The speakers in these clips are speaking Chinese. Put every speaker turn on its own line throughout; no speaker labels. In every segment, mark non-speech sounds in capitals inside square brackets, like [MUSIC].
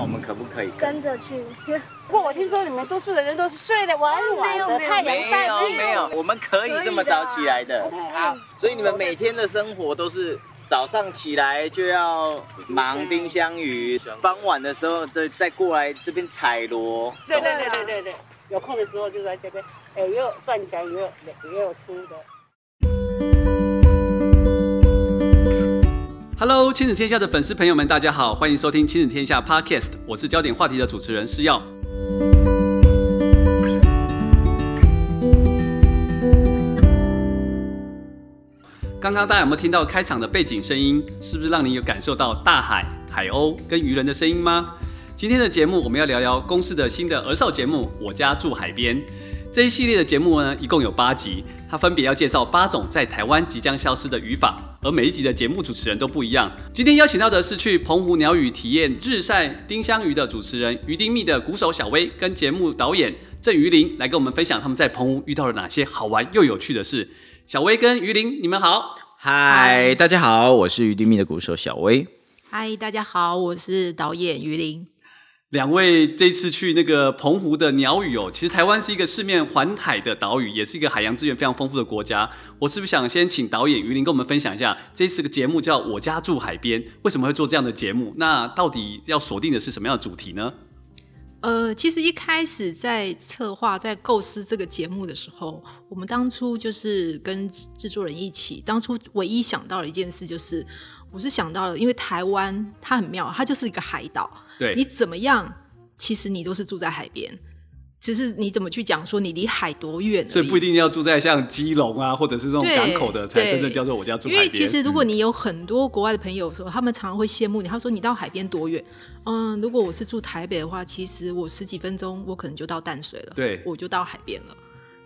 我们可不可以跟？
跟着去。
不过我听说你们多数的人都是睡得晚晚
没有
的，
没有
太阳
没
晒
有
日
没有，我们可以这么早起来的。好，所以你们每天的生活都是早上起来就要忙丁香鱼，傍晚的时候再再过来这边采螺。
对对对对对对，有空的时候就在这边，哎，也有赚钱，也有也有出的。
Hello，亲子天下的粉丝朋友们，大家好，欢迎收听亲子天下 Podcast，我是焦点话题的主持人施耀。刚刚大家有没有听到开场的背景声音？是不是让你有感受到大海、海鸥跟渔人的声音吗？今天的节目我们要聊聊公视的新的儿少节目《我家住海边》。这一系列的节目呢，一共有八集，它分别要介绍八种在台湾即将消失的语法，而每一集的节目主持人都不一样。今天邀请到的是去澎湖鸟语体验日晒丁香鱼的主持人于丁密的鼓手小薇，跟节目导演郑于林来跟我们分享他们在澎湖遇到了哪些好玩又有趣的事。小薇跟于林，你们好。
嗨，大家好，我是鱼丁蜜的鼓手小薇。
嗨，大家好，我是导演于林。
两位这次去那个澎湖的鸟语哦，其实台湾是一个四面环海的岛屿，也是一个海洋资源非常丰富的国家。我是不是想先请导演于林跟我们分享一下，这次个节目叫《我家住海边》，为什么会做这样的节目？那到底要锁定的是什么样的主题呢？
呃，其实一开始在策划、在构思这个节目的时候，我们当初就是跟制作人一起，当初唯一想到的一件事就是，我是想到了，因为台湾它很妙，它就是一个海岛，
对，
你怎么样，其实你都是住在海边，只是你怎么去讲说你离海多远而已，
所以不一定要住在像基隆啊，或者是这种
对
港口的，才
对
真正叫做我家住海
因
边。嗯
为其实如果你有很多国外的朋友的时候，他们常常会羡慕你，他说你到海边多远？嗯，如果我是住台北的话，其实我十几分钟我可能就到淡水了，
对
我就到海边了。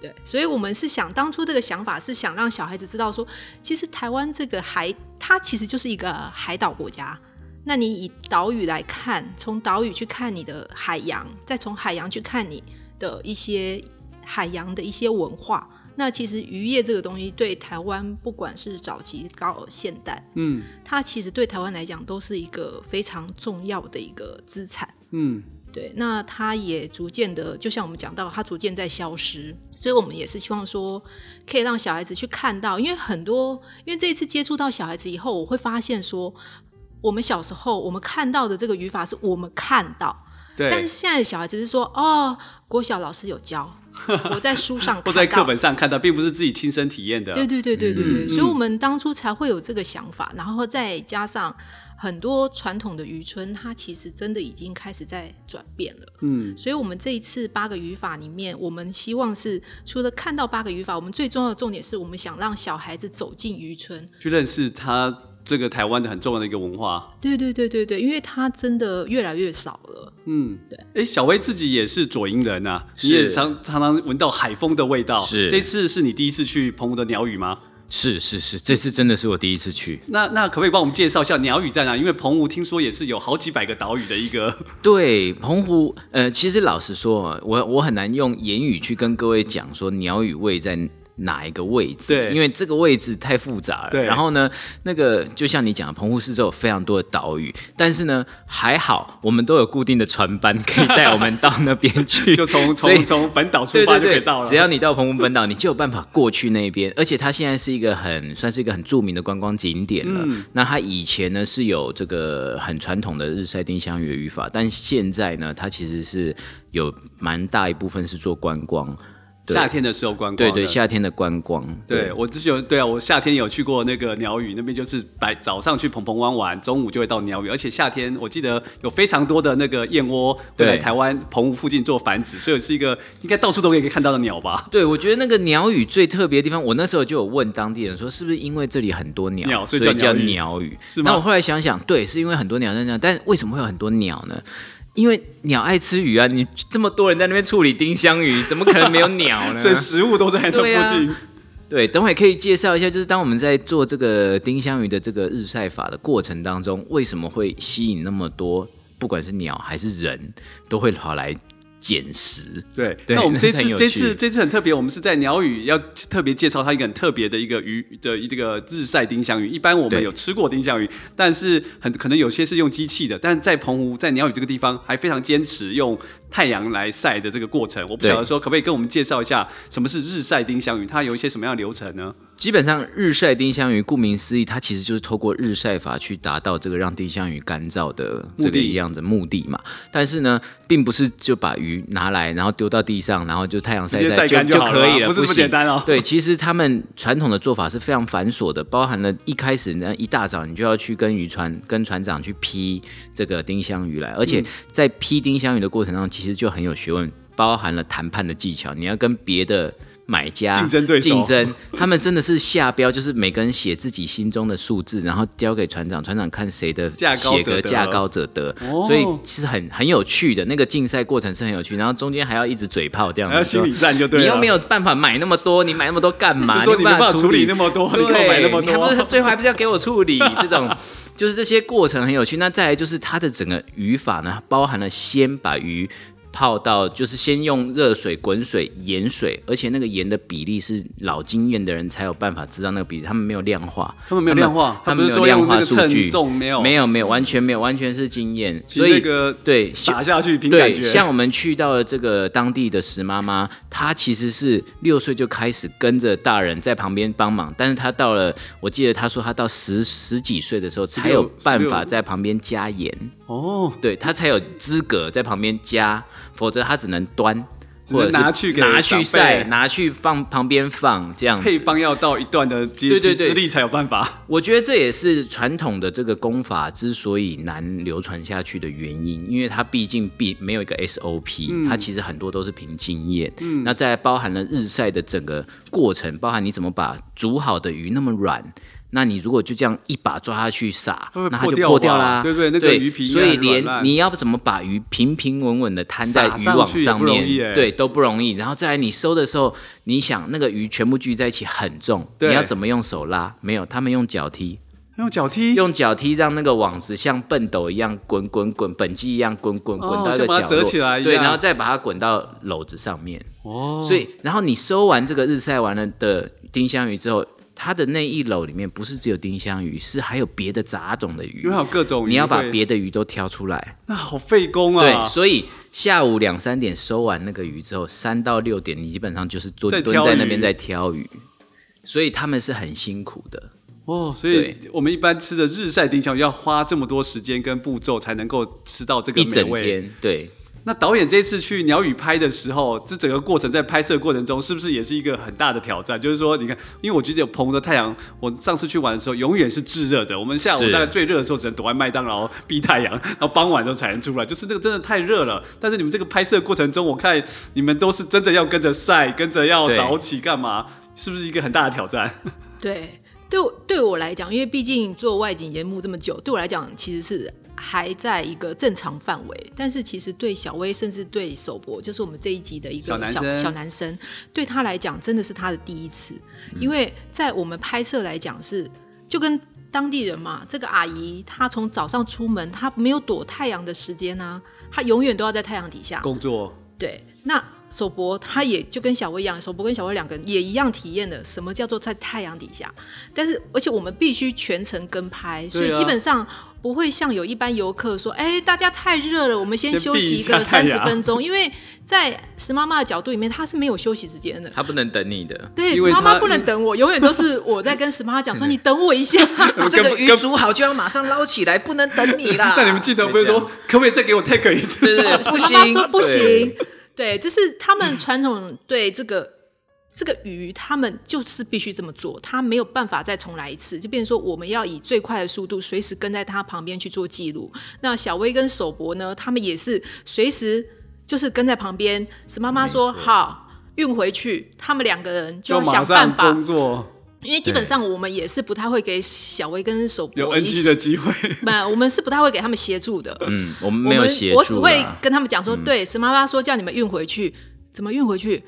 对，所以我们是想当初这个想法是想让小孩子知道说，其实台湾这个海，它其实就是一个海岛国家。那你以岛屿来看，从岛屿去看你的海洋，再从海洋去看你的一些海洋的一些文化。那其实渔业这个东西对台湾，不管是早期到现代，
嗯
它其实对台湾来讲都是一个非常重要的一个资产。
嗯，
对，那它也逐渐的，就像我们讲到，它逐渐在消失，所以我们也是希望说，可以让小孩子去看到，因为很多，因为这一次接触到小孩子以后，我会发现说，我们小时候我们看到的这个语法是我们看到，
对，
但是现在的小孩子是说，哦，国小老师有教，
[LAUGHS]
我在书上看
或在
到
课本上看到，并不是自己亲身体验的。
对对对对对对，
嗯
所以我们当初才会有这个想法，然后再加上很多传统的渔村，它其实真的已经开始在转变了。
嗯，
所以，我们这一次八个语法里面，我们希望是除了看到八个语法，我们最重要的重点是我们想让小孩子走进渔村。
去认识他这个台湾的很重要的一个文化。
对对对对对，因为它真的越来越少了。
嗯，
对。
哎，小薇自己也是左营人啊，
是
你也常常常闻到海风的味道。
是
这次是你第一次去澎湖的鸟语吗？
是是是，这次真的是我第一次去。
那那可不可以帮我们介绍一下鸟语在哪？因为澎湖听说也是有好几百个岛屿的一
[LAUGHS]
个。
对，澎湖，呃，其实老实说，啊我我很难用言语去跟各位讲说鸟语位在哪一个位置，
对
因为这个位置太复杂了。
对
然后呢，那个就像你讲的，澎湖市这有非常多的岛屿，但是呢，还好我们都有固定的船班可以带我们到那边去，
[LAUGHS] 就从
所以
从从本岛出
对
发
对
就
对，
可以到了。
只要你到澎湖本岛，你就有办法过去那边。而且它现在是一个很算是一个很著名的观光景点了。
嗯
那它以前呢是有这个很传统的日晒丁香鱼的语法，但现在呢，它其实是有蛮大一部分是做观光。对
夏天的时候观光
对
的。
对，夏天的观光。
对，我之前有对啊，我夏天有去过那个鸟语那边，就是白早上去蓬蓬湾玩，中午就会到鸟语，而且夏天我记得有非常多的那个燕窝会
对
来台湾澎湖附近做繁殖，所以是一个应该到处都可以看到的鸟吧？
对，我觉得那个鸟语最特别的地方，我那时候就有问当地人说，是不是因为这里很多鸟，
鸟所
所
以
以
叫鸟
叫
语
鸟语？
是吗
那我后来想想，对，是因为很多鸟在那，但为什么会有很多鸟呢？因为鸟爱吃鱼啊，你这么多人在那边处理丁香鱼，怎么可能没有鸟
[LAUGHS]
呢？
所以食物都在那
对啊
附近。
对，等会可以介绍一下，就是当我们在做这个丁香鱼的这个日晒法的过程当中，为什么会吸引那么多，不管是鸟还是人，都会跑来捡食。
对，
对
那我们这
那是
次
很有
这
趣
次这次很特别，我们是在鸟语要特别介绍它一个很特别的一个鱼的这个日晒丁香鱼。一般我们
对
有吃过丁香鱼，但是很可能有些是用机器的，但在澎湖在鸟语这个地方还非常坚持用太阳来晒的这个过程。我不
对
晓得说可不可以跟我们介绍一下什么是日晒丁香鱼，它有一些什么样的流程呢？
基本上日晒丁香鱼，顾名思义，它其实就是透过日晒法去达到这个让丁香鱼干燥的这
目
个
的
一样的目的嘛。但是呢，并不是就把鱼拿来，然后丢到地上，然后就太阳晒
直接晒
就
干就好
可
了
以了，
不是这么
行
简单哦
对，其实他们传统的做法是非常繁琐的，包含了一开始呢，一大早你就要去跟渔船、跟船长去批这个丁香鱼来，而
嗯
且在批丁香鱼的过程中，其实就很有学问，包含了谈判的技巧，你要跟别的。买家
竞争对手
竞争真，他们真的是下标，就是每个人写自己心中的数字，然后交给船长，船长看谁的
价高
写
者
格
得
价高者得，
哦
所以其实很很有趣的那个竞赛过程是很有趣，然后中间还要一直嘴炮这样
还要
子说，
呃心理战就对了。啊
你又没有办法买那么多，你买那么多干嘛？
就说
你
你
没
没办
办
法
处
处理那么多，
对，
你给我买那么
你还不是
多。
最后还不是要给我处理这种，就是这些过程很有趣。那再来就是它的整个语法呢，包含了先把鱼泡到，就是先用热水、滚水、盐水，而且那个盐的比例是老经验的人才有办法知道那个比例，他们没有量化，
他们没有量化
他
他
们
不是
没有
说
量
用那
化
个
数
称
据，
重没有
没有没有，完全没有，完全是经验，
凭
所以
那个
对
打下去凭
对
感，觉，
像我们去到了这个当地的石妈妈，她其实是六岁就开始跟着大人在旁边帮忙，但是她到了，我记得她说她到十十几岁的时候才有办法在旁边加盐，
哦，
对她才有资格在旁边加，否则她只能端，
只能
或者是
拿去给
拿去
长
晒，
辈
拿去放旁边放这样子。
配方要到一段的阶
对
级
对对
之力才有办法。
我觉得这也是传统的这个功法之所以难流传下去的原因，因为它毕竟必没有一个 SOP，、它
嗯
其实很多都是凭经验。那再包含了日晒的整个过程，包含你怎么把煮好的鱼那么软。那你如果就这样一把抓下去撒
会不会，
那它
破
就
掉
破掉
吧
啦，
对不对那个鱼皮应该
所以
很软
连
烂
你要怎么把鱼平平稳稳的摊在
撒
渔
上
网
去也
上
不容
面，
易欸
对，都不容易。然后再来你收的时候，你想那个鱼全部聚在一起很重，
对
你要怎么用手拉？没有，他们用脚踢，
用脚踢，
用脚踢让那个网子像笨斗一样滚滚滚，本机一样滚滚滚
哦
到一
像
个
把它
角落，
折起来一
对，
样
然后再把它滚到篓子上面。
哦
所以，然后你收完这个日晒完了的丁香鱼之后，它的那一篓里面不是只有丁香鱼，是还有别的杂种的鱼
因为还有，各种鱼会，
你要把别的鱼都挑出来。
那好费工啊
对，，所以下午两三点收完那个鱼之后，三到六点你基本上就是蹲
在挑
蹲在那边
鱼
在挑鱼，所以他们是很辛苦的。
哦，所以我们一般吃的日晒丁香鱼要花这么多时间跟步骤才能够吃到这个
一
美
整
味。
天，对，
那导演这次去鸟语拍的时候，这整个过程在拍摄过程中，是不是也是一个很大的挑战？就是说，你看，因为我觉得有澎湖的太阳，我上次去玩的时候永远是炙热的，我们下午
是
大概最热的时候只能躲在麦当劳避太阳，然后傍晚的时候才能出来，就是那个真的太热了。但是你们这个拍摄过程中，我看你们都是真的要跟着晒，跟着要
对
早起干嘛？是不是一个很大的挑战？
对，对我对我来讲，因为毕竟做外景节目这么久，对我来讲其实是还在一个正常范围。但是其实对小薇，甚至对首博，就是我们这一集的一
小
个
男
小
生
小男生，对他来讲真的是他的第一次，因为在我们拍摄来讲是就跟。当地人嘛，这个阿姨她从早上出门，她没有躲太阳的时间啊，她永远都要在太阳底下。
工作
对，那首博他也就跟小薇一样，首博跟小薇两个人也一样体验了什么叫做在太阳底下。但是，而且我们必须全程跟拍，所以
对啊
基本上不会像有一般游客说：“哎、大家太热了，我们先
先
休
避
息
一
一
下
个
太
三十
阳
分钟。”因为在石妈妈的角度里面，她是没有休息时间的。
他不能等你的。
对，
因
石
为
妈妈
她
不能等我，永远都是我在跟石妈妈
[LAUGHS]
讲说：“你等我一下。
这个鱼煮好就要马上捞起来，不能等你哦啦
那你们镜头不是说，可不可以再给我 take 一次？
对对对，
石
不
妈妈
行，
说不
对
行，对，这是他们传统对这个这个鱼，他们就是必须这么做，他没有办法再重来一次，就变成说我们要以最快的速度，随时跟在他旁边去做记录。那小薇跟首博呢，他们也是随时就是跟在旁边，石妈妈说好。运回去，他们两个人就要
马
想
上
办法，
工作，
因为基本上我们也是不太会给小薇跟首
有
博一
NG 的机会。
不，我们是不太会给他们协助的。
嗯，我们
我
没有
们
协
我只
助
会
啦。
跟他们讲说，对，石妈妈说叫你们运回去，怎么运回去，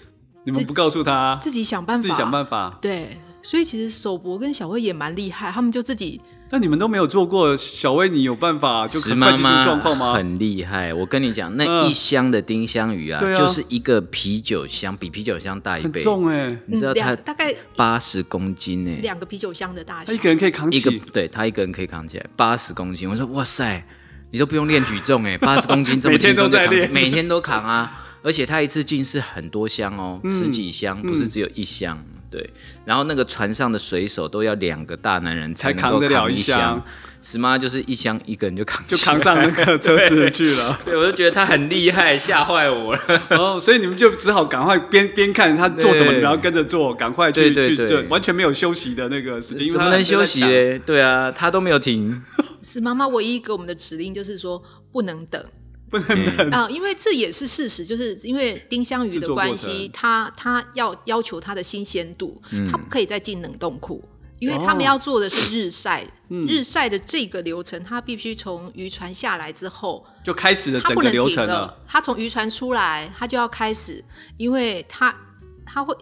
你们不告诉他，
自己想办法，
自己想办法。
对，所以其实首博跟小魏也蛮厉害，他们就自己嗯
但你们都没有做过，小薇你有办
[LAUGHS]
法就
石
很快
妈
进入
妈
状况吗？
很厉害，我跟你讲，那
嗯
一箱的丁香鱼啊，
对啊
就是一个啤酒箱，比啤酒箱大一
很
倍。
重哎、
你知道
嗯两
它
大概
八十公斤欸呢、
两个啤酒箱的大
他
小
一。个人可以扛
一个
起，
对他一个人可以扛起来八十公斤。我说哇塞，你都不用练举重哎、欸，八十公斤这么
每天
轻松
都在
就扛起
练
每天都扛啊。而且他一次进是很多箱哦，十几箱，不是
嗯
只有一箱。对，然后那个船上的水手都要两个大男人
才
能
扛
够
得了
扛
一
一
箱。
石妈就是一箱一个人就扛起
就
来，
扛上
[LAUGHS]
那个车子去了。
对，我就觉得他很厉害，吓坏我了。
哦，所以你们就只好赶快边边看他做什么，
对
然后跟着做，赶快去
对对
去
对
做，完全没有休息的那个时间，因为
怎么
他
能休息
他在想
嘞？对啊，他都没有停。
是妈妈唯一给我们的指令就是说不能等
不能等。
啊、因为这也是事实，就是因为丁香鱼
制
的
作过
关系，
程
它它要要求它的新鲜度，它不可以再进冷冻库。因为他们
哦
要做的是日晒，日晒的这个流程，它必须从渔船下来之后，
就开始了
它
整
不
个
能
流
停
程
了
了。。
它从渔船出来，它就要开始，因为它它会，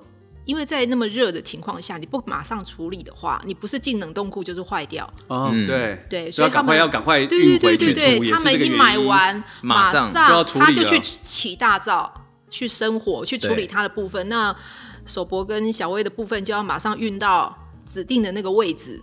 因为在那么热的情况下，你不马上处理的话，你不是进冷冻库就是坏掉。
哦，
嗯
对
对
所
所以
以要赶快
他们
要赶快
对
哎运
对
回
对
去
对
煮，
对，
也
他
是这
们
个
一
原
买
因。
完，马
马上
就要处理
他就去
了
起大灶去生火去处
对
理它的部分。那首博跟小薇的部分就要马上运到指定的那个位置，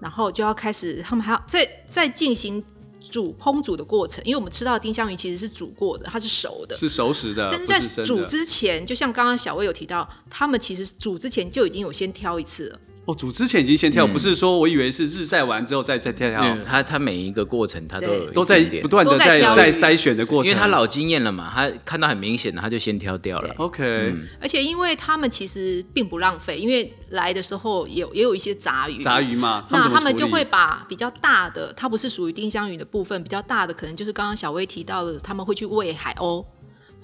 然后就要开始，他们还要再再进行煮烹煮的过程，因为我们吃到的丁香鱼其实是煮过的，它是熟的。
是熟食的，
但是
呃不
在
生
煮
的。
之前，就像刚刚小薇有提到，他们其实煮之前就已经有先挑一次了。
哦，煮之前已经先跳，不是说我以为是日晒完之后再再跳
嗯，，他他每一个过程他都
对
有一
都在
点点
不断的
都在
在
挑
在筛选的过程。
因为他老经验了嘛，他看到很明显的他就先挑掉了。
OK，
而且因为他们其实并不浪费，因为来的时候有也有一些杂鱼，
杂鱼嘛，
那
怎么
他们
处
就
理
会把比较大的，它不是属于丁香鱼的部分，比较大的可能就是刚刚小薇提到的，他们会去喂海鸥。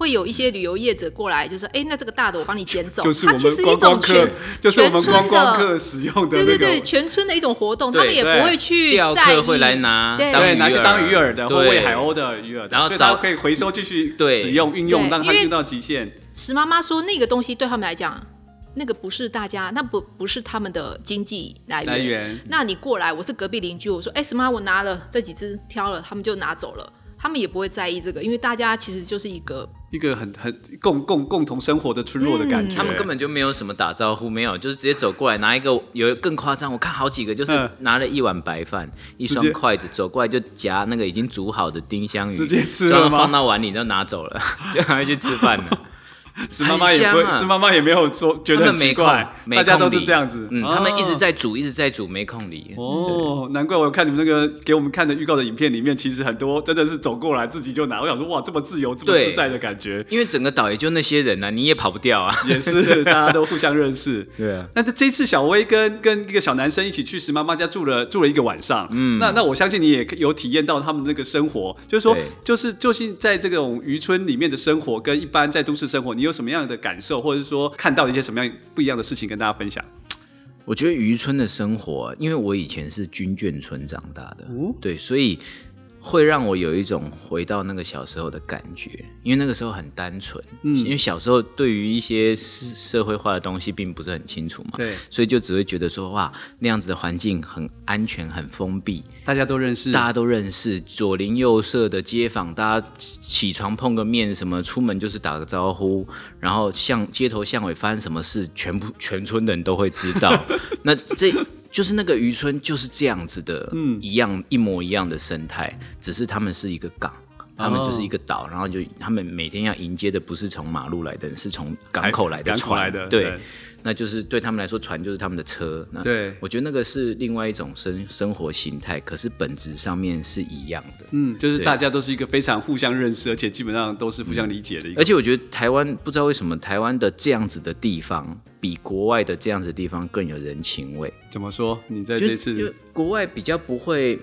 会有一些旅游业者过来，就是哎，那这个大的我帮你捡走，
就是我
它其
们
实一
观
种
光
全
客，就是我们
全村
观光
的
客使用的
对
那
对
个
对，全村的一种活动，
对
他们也不会去
钓
在意，
客会来拿
对
当
对，拿去当鱼饵的或
对
喂海鸥的鱼饵的，
然后
所以
找
它可以回收继续
对
使用运用，
对
让它
因为
用到极限。
石妈妈说那个东西对他们来讲，那个不是大家，那不不是他们的经济来源。
来源
那你过来，我是隔壁邻居，我说，哎、石妈，我拿了这几只，挑了，他们就拿走了，他们也不会在意这个，因为大家其实就是一个
一个很很共共共同生活的村落的感觉，
嗯他们根本就没有什么打招呼，没有，就是直接走过来拿一个，有更夸张，我看好几个就是
嗯
拿了一碗白饭，一
接
双筷子走过来就夹那个已经煮好的丁香鱼，
直接吃
装
了吗
放到碗里就拿走了， [LAUGHS] 就赶快去吃饭了。
石妈妈也不
很
会，
香啊
石妈妈也没 [LAUGHS] 有说觉
他
得很
们没
奇
空
怪，，
没
大家
空
都是
理
这样子。
嗯，
哦
他们一直在煮，一直在煮，没空理。
哦，难怪我有看你们那个给我们看的预告的影片里面，其实很多真的是走过来自己就拿。我想说，哇，这么自由，这么
对
自在的感觉，
因为整个岛也就那些人啊，你也跑不掉啊。
也 [LAUGHS] 是大家都互相认识。
[LAUGHS] 对啊，
那这这次小薇跟跟一个小男生一起去石妈妈家住了住了一个晚上，嗯，那那我相信你也有体验到他们那个生活，就是说
对，
就是就是在这种渔村里面的生活，跟一般在都市生活，你有什么样的感受，或者是说看到了一些什么样不一样的事情跟大家分享？
我觉得渔村的生活，因为我以前是军眷村长大的，对，所以会让我有一种回到那个小时候的感觉，因为那个时候很单纯，嗯，因为小时候对于一些社社会化的东西并不是很清楚嘛，
对，
所以就只会觉得说哇，那样子的环境很安全、很封闭，
大家都认识，
大家都认识，左邻右舍的街坊，大家起床碰个面，什么出门就是打个招呼，然后巷街头巷尾发生什么事，全部 [LAUGHS] 全村人都会知
[LAUGHS]
道。那这就是那个渔村就是这样子的，一样一模一样的生态，只是他们是一个港。他们就是一个岛，然后就他们每天要迎接的不是从马路来的人，是从港口来的
港口
船，
来的对
对，那就是对他们来说，船就是他们的车。那
对
我觉得那个是另外一种生生活形态，可是本质上面是一样的。
嗯，就是大家都是一个非常互相认识，而且基本上都是互相理解的一个。
而且我觉得台湾不知道为什么，台湾的这样子的地方比国外的这样子的地方更有人情味。
怎么说？你在
就
这
就
次
国外比较不会，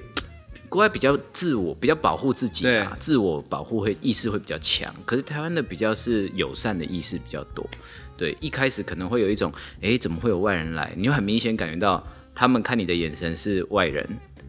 国外比较自我，比较保护自己啊
对，
自我保护会意识会比较强。可是台湾的比较是友善的意识比较多，对，一开始可能会有一种，哎，怎么会有外人来？你会很明显感觉到他们看你的眼神是外人，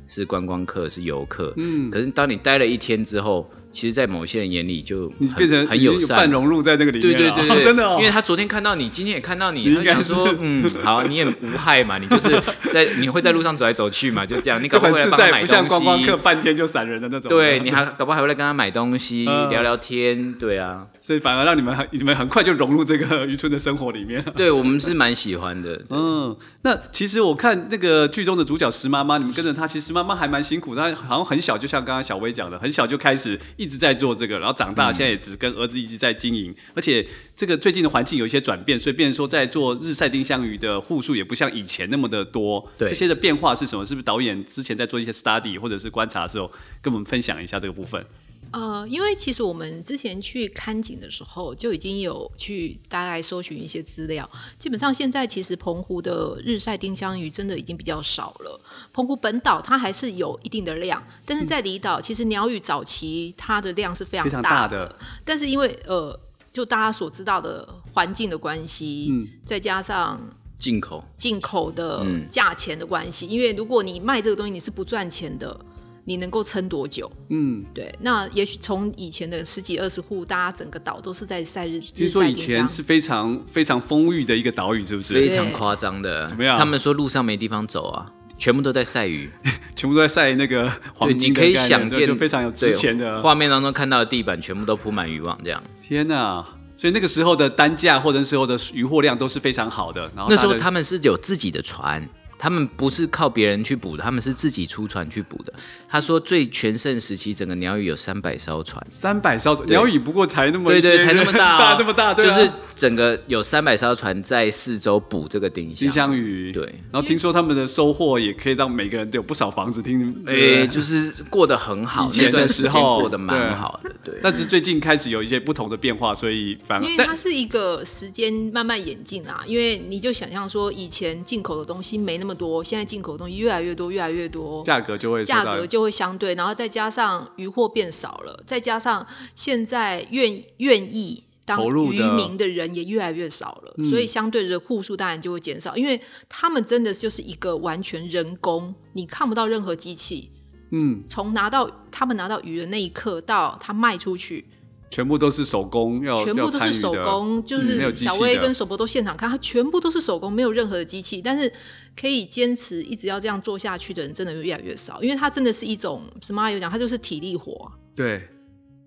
是观光客，是游客。嗯，可是当你待了一天之后。其实，在某些人眼里就
你
很
变成
很友
你就
善啊
半。融入在那个里
对
面
对
了， [LAUGHS]
对对，
真的、哦，
因为他昨天看到你，今天也看到你，
你
他
应
就
该
想说
是，
嗯，
[LAUGHS]
好，你也无害嘛，你就是在你会在路上走来走去嘛，就这样，你
就
搞不
很
好会来
自
帮他
在，
买
不像
东
观光
西
客，半天就闪人的那种。
对，你还搞不好还会来跟他买东西
嗯，
聊聊天，对啊，
所以反而让你们很你们很快就融入这个渔村的生活里面了。
对我们是蛮喜欢的，
嗯，那其实我看那个剧中的主角石妈妈，你们跟着她，其实石妈妈还蛮辛苦的，她好像很小，就像刚刚小薇讲的，很小就开始一直在做这个，然后长大现在也只跟儿子一直在经营，而且这个最近的环境有一些转变，所以变成说在做日晒丁香鱼的户数也不像以前那么的多。
对
这些的变化是什么？是不是导演之前在做一些 study 或者是观察的时候，跟我们分享一下这个部分？
呃，因为其实我们之前去看景的时候，就已经有去大概搜寻一些资料。基本上现在其实澎湖的日晒丁香鱼真的已经比较少了。澎湖本岛它还是有一定的量，但是在离岛，其实鸟语早期它的量是非常
非常
大
大的，
但是因为呃，就大家所知道的环境的关系，
嗯
再加上
进口
进口的
嗯
价钱的关系，因为如果你卖这个东西你是不赚钱的，你能够撑多久？
嗯，
对，那也许从以前的十几二十户，大家整个岛都是在晒日，
听
日
说
晒
以
丁
前
香。
是非常非常丰裕的一个岛屿，是不
非
是？
常夸张的，
怎么样
他们说路上没地方走啊，全部都在晒鱼，
全部都在晒那个
对，
黄
你
金的
可
概
以
念，
想
[LAUGHS] 对
见
就非常有值
对
钱的。
画面当中看到的地板全部都铺满渔网这样。
天呐、所以那个时候的单价或者那时候的渔获量都是非常好的。然后
那时候
大家
他们是有自己的船，他们不是靠别人去捕的，他们是自己出船去捕的。他说最全盛时期，整个鸟语有三百艘船。
三百艘，鸟语不过才那么
对
一
对，
些
才那么大、哦，
[LAUGHS] 大那么大，对、啊，
就是整个有三百艘船在四周捕这个丁香。
金香鱼。
对
然后听说他们的收获也可以让每个人都有不少房子，听
诶、
对
哎
啊
就是过得很好，
以前
那段
的
时
时
间
候
过得
对
蛮好的，对。
但是最近开始有一些不同的变化，所以反而
因为它
但
是一个时间慢慢演进啊，因为你就想象说，以前进口的东西没那么多，现在进口的东西越来越多，越来越多，
价格就会受
价
到
格就会相对，然后再加上渔获变少了，再加上现在愿愿意当
投入
渔
的嗯
民的人也越来越少了，所以相对的户数当然就会减少，因为他们真的就是一个完全人工，你看不到任何机器。
嗯，
从拿到他们拿到鱼的那一刻到他卖出去，
全部都是手工，哦要
全部都是手。
要参与的嗯
工，就
没有
是
机器
小
的
薇跟手博都现场看，他全部都是手工，没有任何的机器。但是可以坚持一直要这样做下去的人，真的越来越少，因为它真的是一种什么有讲，它就是体力活啊，
对，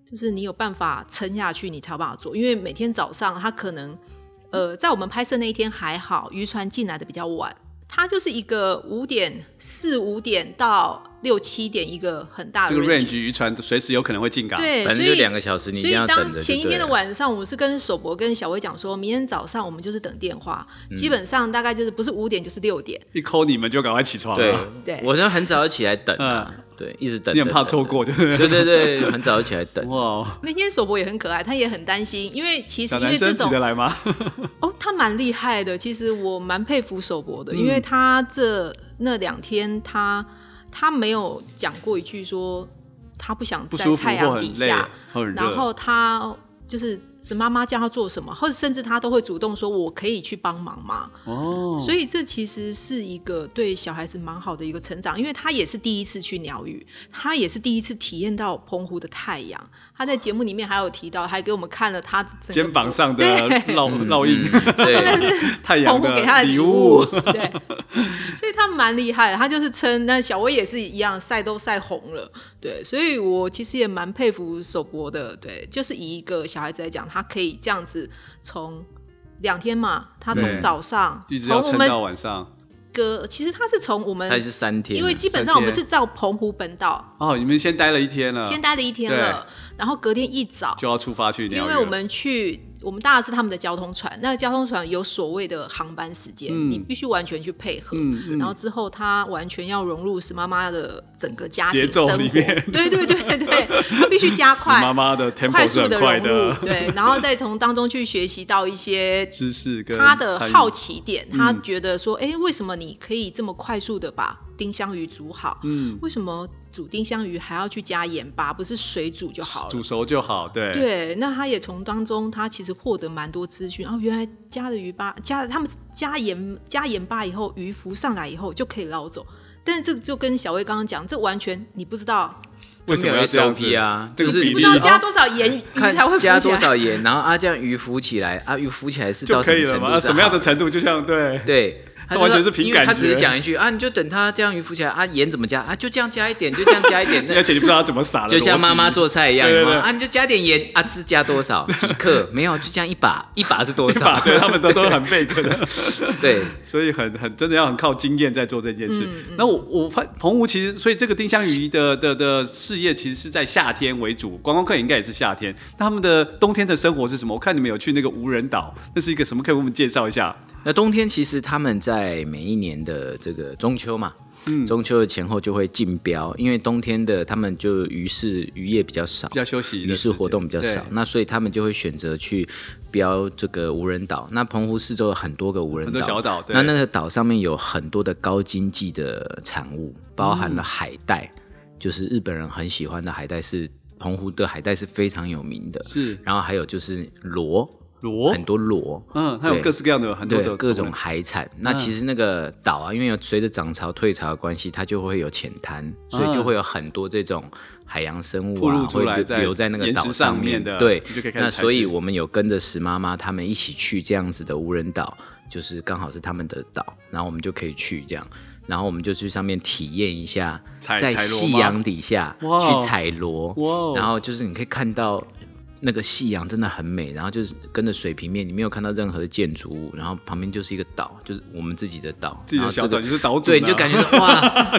就是你有办法撑下去，你才有办法做。因为每天早上他可能，呃，在我们拍摄那一天还好，渔船进来的比较晚，它就是一个五点四五点到六七点一个很大的
这个 range 渔船随时有可能会进港。
对，
反
所
正就
以
两个小时，你一
所
定
以
要等
当
着。
前一天的
晚，
晚上，我是跟首博跟小薇讲说，明天早上我们就是等电话，
嗯
基本上大概就是不是五点就是六点。
一抠你们就赶快起床
对
了，
对
我就很早就起来等啊，对，一直等。
嗯你很怕
等
错。过，对不对？
等等对对对，很早就起来等。
哇，
那天首博也很可爱，他也很担心，因为其实
小
因
男
为这
生
种
起得来吗？
哦，他蛮厉害的。其实我蛮佩服首博的，因
嗯
为他这那两天他他没有讲过一句说他不想
不
在
舒服
太
或
阳
很
底
累
下，
或很热，
然后他就是指妈妈叫他做什么，或者甚至他都会主动说我可以去帮忙吗？
哦，
所以这其实是一个对小孩子蛮好的一个成长，因为他也是第一次去鸟语，他也是第一次体验到澎湖的太阳。他在节目里面还有提到，还给我们看了他整个嗯
肩膀上的烙 [LAUGHS] 烙印，
嗯对，
太阳
澎湖给他
的
的
礼
礼
物
物，，对，所以他蛮厉害的，他就是撑。那小薇也是一样，晒都晒红了，对，所以我其实也蛮佩服首博的，对，就是以一个小孩子来讲，他可以这样子从两天嘛，他
对
从早上
一直要
从我
撑
们
到晚上。
隔，其实他是从我们
才是三天啊，
因为基本
三
上我们
天嗯
是照澎湖本岛
哦，你们先待了一天了，
先待了一天了，然后隔天一早，
就要出发去
因
鸟语了，
为我们去我们搭的是他们的交通船，那个交通船有所谓的航班时间，
嗯
你必须完全去配合。
嗯嗯
然后之后，他完全要融入石妈妈的整个家
节
庭
奏
生活，
里面
对对对对，他必须加
死
快，
[LAUGHS] 妈妈的 tempo
快
是
速
很
的
快
融入，对，然后再从当中去学习到一些
知识跟
他的
参与
好奇点，
嗯
他觉得说，哎、为什么你可以这么快速的把丁香鱼煮好？
嗯，
为什么煮丁香鱼还要去加盐巴？不是水煮就好了
煮？熟就好，对，
对，那他也从当中，他其实获得蛮多资讯。哦，原来加了鱼巴，加了他们加盐加盐巴以后，鱼浮上来以后就可以捞走。但是这个就跟小薇刚刚讲，这完全你不知道，
为什么要这样子
没有 SOP 啊
这个
就是
比
不
例
知道加多少盐鱼
[LAUGHS] 看
才会浮起
加
来
多少盐，然后啊这样鱼浮起来啊鱼浮起来是
就
到
可以了
程度
嘛？
是
啊什么样
好
的程度？就像对，
对，他
[LAUGHS]
就
完全是
说
凭
因为
感
他只是
觉
讲一句啊，你就等它这样鱼浮起来啊，盐怎么加啊？就这样加一点，就这样加
[LAUGHS]
一点，
而
那
且你不知道它怎么撒的逻辑，
就像妈妈做菜一样
对对对
有没有啊，你就加点盐啊，是加
[LAUGHS]
多少几克？没有，就这样一把，一把是多
对吧
少？
[LAUGHS] 对他们都都很背的。
[LAUGHS] 对，
所以很很真的要很靠经验在做这件事。
嗯
那我我发澎湖其实，所以这个丁香鱼的的的事业其实是在夏天为主，观光客应该也是夏天。那他们的冬天的生活是什么？我看你们有去那个无人岛，那是一个什么？可以为我们介绍一下？
那冬天其实他们在每一年的这个中秋嘛，
嗯
中秋的前后就会竞标，因为冬天的他们就鱼市渔业比较少，
比较休息的时间，
于是活动比较少
对，
那所以他们就会选择去标这个无人岛。那澎湖四周有很多个无人
很
岛，
多小岛对
那那个岛上面有很多的高经济的产物，包含
嗯
了海带，就是日本人很喜欢的海带是。澎湖的海带是非常有名的，
是
然后还有就是螺，
螺
很，多螺，
嗯，它有
对
各式各样的很多
对
的嗯
各种
类
海产。那其实那个岛啊，因为有随着涨潮退潮的关系，它就会有浅滩，所以就会有很多这种海洋生物
嗯暴露
啊，
出
会
来
留
在
留在那个
岩
岛
石上
面
面的
对
你就可以，开始
那
采
所以
取
我们有跟着石妈妈他们一起去这样子的无人岛，就是刚好是他们的岛，然后我们就可以去这样。然后我们就去上面体验一下，
采
在
采螺
夕
吗
阳底下
哇哦
去采螺，
哇哦
然后就是你可以看到那个夕阳真的很美，然后就是跟着水平面，你没有看到任何的建筑物，然后旁边就是一个岛，就是我们自己的岛，
自己的
然后啊这
小岛
个
你是岛主
对，
呢
你就感觉到 哇，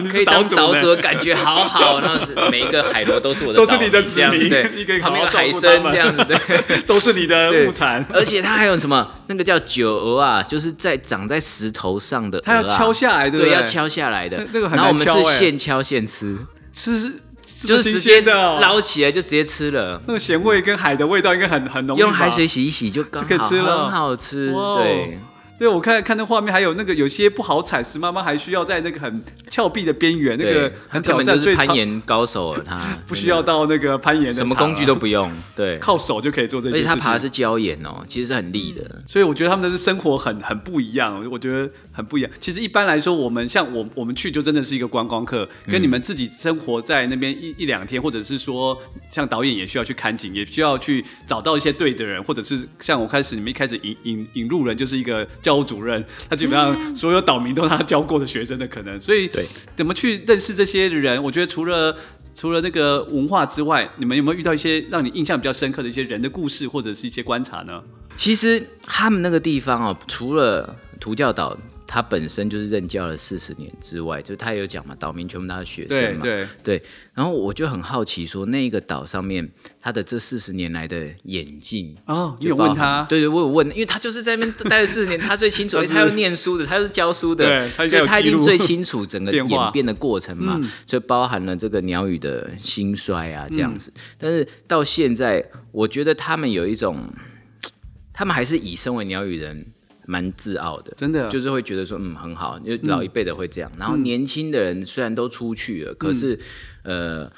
[LAUGHS] 你是
可以当
岛主呢
岛主的感觉好好，
[LAUGHS]
然后每一个海螺都是我的
都
岛，
是你的子
这样
民
对，
[LAUGHS] 你可以好
旁
好
边有
照
海
顾
参
他们
这样
[LAUGHS]
子，对。
都是你的
对
物产。
而且它还有什么？那个叫九鹅啊，就是在长在石头上的、啊，
它要敲下来对不
对，
对
要敲下来的
那。那个很
然后我
难
们
敲欸
是现敲现吃，
吃是吃
就是
新
直接
鲜的哦
捞起来就直接吃了，
那个咸味跟海的味道应该很很浓郁吧。
用海水洗一洗就刚好
就可以吃了
很好吃。
哇哦
对，
对，我看看那画面，还有那个有些不好踩，石妈妈还需要在那个很峭壁的边缘，那个
对
很
他根
挑
本
战，
就
所以
是
她
攀岩高手了，
[LAUGHS]
啊他
不需要到那个攀岩的
什么
场啊
工具都不用，对，
靠手就可以做这
而
些
且
事
他
情。
爬的是礁岩哦，其实是很利的。
所以我觉得他们的生活很很不一样，我觉得很不一样。其实一般来说，我们像我我们去就真的是一个观光客，
嗯
跟你们自己生活在那边一一两天，或者是说像导演也需要去看景，也需要去找到一些对的人，或者是像我开始你们一开始引引引路人就是一个教务主任，他基本上所有岛民都是他教过的学生的可能，所以
嗯对
怎么去认识这些人？我觉得除了除了那个文化之外，你们有没有遇到一些让你印象比较深刻的一些人的故事，或者是一些观察呢？
其实他们那个地方哦，除了图教岛，它本身就是任教了四十年之外，就是他有讲嘛，岛民全部都是学生
对
嘛，
对。
对，然后我就很好奇说，那一个岛上面他的这四十年来的演进。
哦，你
就
有
包
问
含
他？
对对，我有问，因为他就是在那边待了四十年，他最清楚，
[LAUGHS] 他
而
是
且他又念书的，他又是教书的
对，他应
所
该有
以他一
记录嗯
定最清
[LAUGHS]
楚整个
变化
演变的过程嘛，所以包含了这个鸟语的兴衰啊这
嗯
样子。但是到现在，我觉得他们有一种，他们还是以身为鸟语人蛮自傲的，
真的嗯
就是会觉得说，嗯，很好，因为老一辈的会这样，然后年轻的人虽然都出去了，可是，
嗯
呃，